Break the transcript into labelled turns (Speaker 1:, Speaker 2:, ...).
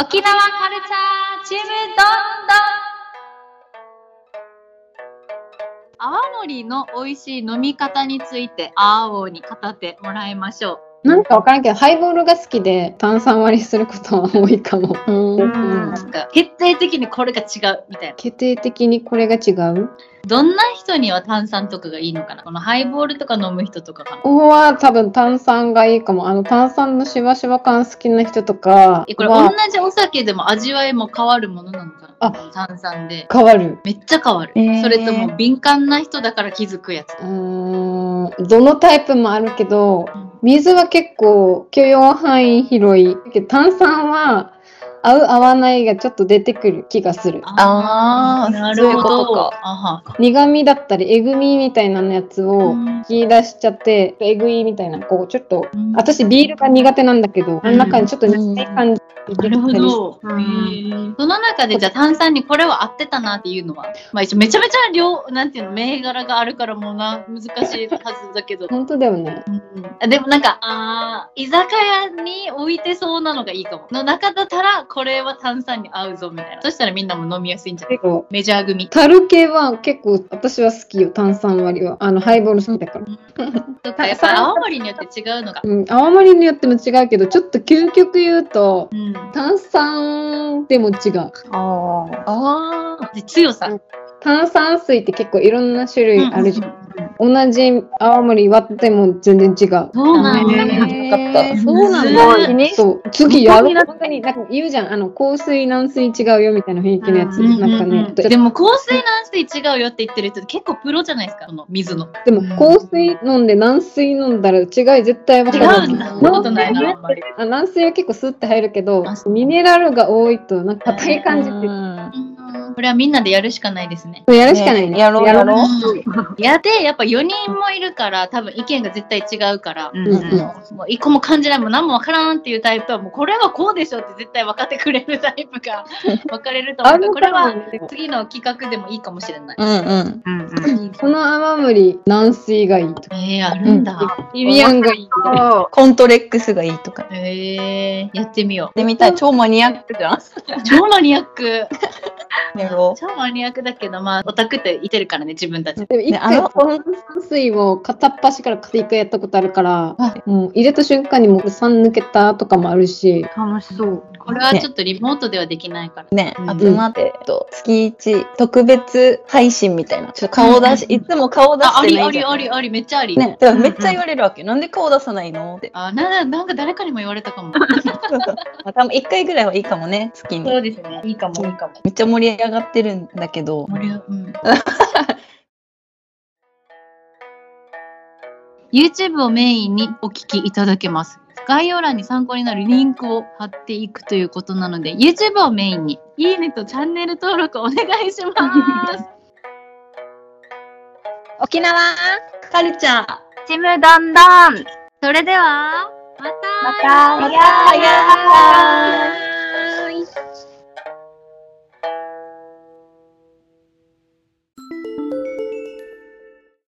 Speaker 1: 沖縄カルチャーチームどんどん泡盛の美味しい飲み方についてあーおーに語ってもらいましょ
Speaker 2: なんかわからんけど、ハイボールが好きで炭酸割りすることは多いかも。う
Speaker 1: う。
Speaker 2: ん
Speaker 1: なんか決定的にこれが違うみたいな。
Speaker 2: 決定的にこれが違う
Speaker 1: どんな人には炭酸とかがいいのかなこのハイボールとか飲む人とかかな
Speaker 2: ここは多分炭酸がいいかも。あの炭酸のしばしば感好きな人とか
Speaker 1: えこれ同
Speaker 2: は
Speaker 1: じお酒でも味わいも変わるものなのかな
Speaker 2: あ
Speaker 1: 炭酸で。
Speaker 2: 変わる。
Speaker 1: めっちゃ変わる。
Speaker 3: えー
Speaker 1: それとも敏感な人だから気づくやつ
Speaker 2: う。ーん、どのタイプもあるけど、
Speaker 1: うん
Speaker 2: 水は結構許容範囲広い。けど炭酸は合う合わないがちょっと出てくる気がする。
Speaker 3: あー
Speaker 1: なるほ
Speaker 3: そういうこと
Speaker 1: ど
Speaker 3: か。
Speaker 1: あは
Speaker 2: 苦味だったりえぐみみたいなのやつを
Speaker 1: うん
Speaker 2: 引き出しちゃって、えぐいみたいなこうちょっと
Speaker 1: うん
Speaker 2: 私ビールが苦手なんだけど、あの中にちょっと苦い感
Speaker 1: な
Speaker 2: じ入れ
Speaker 1: る
Speaker 2: た
Speaker 1: ほ
Speaker 2: りして
Speaker 1: ど。その中でじゃあ炭酸にこれは合ってたなっていうのは、まあ、一応めちゃめちゃ量なんていうの銘柄があるからもうな難しいはずだけど、
Speaker 2: 本当だよね。
Speaker 1: うんあでもなんかあー居酒屋に置いてそうなのがいいかもの中だったらこれは炭酸に合うぞみたいなそしたらみんなも飲みやすいんじゃない
Speaker 2: 結構
Speaker 1: メジャー組
Speaker 2: 樽系は結構私は好きよ炭酸割りはあのハイボール好きだから、
Speaker 1: とかやっぱり青森によって違うのが、
Speaker 2: うん、泡盛によっても違うけどちょっと究極言うと
Speaker 1: うん、
Speaker 2: 炭酸でも違う
Speaker 3: あ
Speaker 1: ああ強さ
Speaker 2: 炭酸水って結構いろんな種類あるじゃん、
Speaker 1: うん
Speaker 2: 同じ泡盛割っても全然違う
Speaker 1: そうなんだ、
Speaker 3: ね
Speaker 2: へー
Speaker 3: よかった
Speaker 2: そうなん
Speaker 1: すごい
Speaker 2: だ
Speaker 3: 気にし
Speaker 2: そう次やろう
Speaker 3: 気になった
Speaker 2: 本当になんか言うじゃんあの香水軟水違うよみたいな雰囲気のやつ、
Speaker 1: うんうんうん
Speaker 2: なんかね
Speaker 1: でも香水軟水違うよって言ってる人って結構プロじゃないですか、この水の。
Speaker 2: でも香水飲んで軟水飲んだら違い絶対分
Speaker 1: 違
Speaker 2: かる。
Speaker 1: うんだ、そんなことないな、あんまり。
Speaker 2: あ軟水は結構スッて入るけど
Speaker 1: あそ、う
Speaker 2: ミネラルが多いとなんか硬い感じっていう
Speaker 1: うんこれはみんなでやるしかないですね。
Speaker 2: か。やるしかないね。
Speaker 3: ねやろうやろう
Speaker 1: やで、やっぱ4人もいるから、多分意見が絶対違うから、
Speaker 3: うん
Speaker 2: うん
Speaker 1: もう一個も感じないもん、何もわからんっていうタイプとは、もうこれはこうでしょって絶対分かってくれるタイプが分かれると思うから、これは次の企画でもいいかもしれない。
Speaker 3: うん
Speaker 2: この泡盛軟水がいいとか。
Speaker 1: えー、あるんだ。
Speaker 2: ビビアンがいいとか。
Speaker 3: コントレックスがいいとか。
Speaker 1: えー、やってみよう。
Speaker 3: でみたい超マニアックじゃん。
Speaker 1: 超マニアック。
Speaker 3: やろ
Speaker 1: 超マニアックだけど、まあ、オタクっていてるからね、自分たち。
Speaker 2: でも一
Speaker 3: ね
Speaker 2: 回
Speaker 3: あの
Speaker 2: この軟水を片っ端から一回やったことあるから、もう入れた瞬間にもう酸抜けたとかもあるし、
Speaker 4: 楽しそう。
Speaker 1: これはちょっとリモートではできないから。
Speaker 3: う。ね
Speaker 1: うん、
Speaker 3: 集まって、えっと月一特別配信みたいな。ちょっと顔出し、
Speaker 1: うん
Speaker 3: いつも顔出
Speaker 1: あ、あ
Speaker 3: して
Speaker 1: り
Speaker 3: な
Speaker 1: あ
Speaker 3: いじ
Speaker 1: り
Speaker 3: ゃん。
Speaker 1: ありあり、めっちゃあり。
Speaker 3: ね、だからめっちゃ言われるわけ。なんで顔出さないのって。
Speaker 1: あな、なんか誰かにも言われたか も。
Speaker 3: そうそうまた1回ぐらいはいいかもね、月に。
Speaker 1: うですね。いいかも、いいかも。
Speaker 3: めっちゃ盛り上がってるんだけど。
Speaker 1: 俺は うん。YouTube をメインにお聞きいただけます。概要欄に参考になるリンクを貼っていくということなので、YouTube をメインに、いいねとチャンネル登録お願いします。
Speaker 3: 沖縄カルチャー。
Speaker 4: ちむどんどん。
Speaker 1: それでは、また
Speaker 4: また、
Speaker 3: また
Speaker 4: やー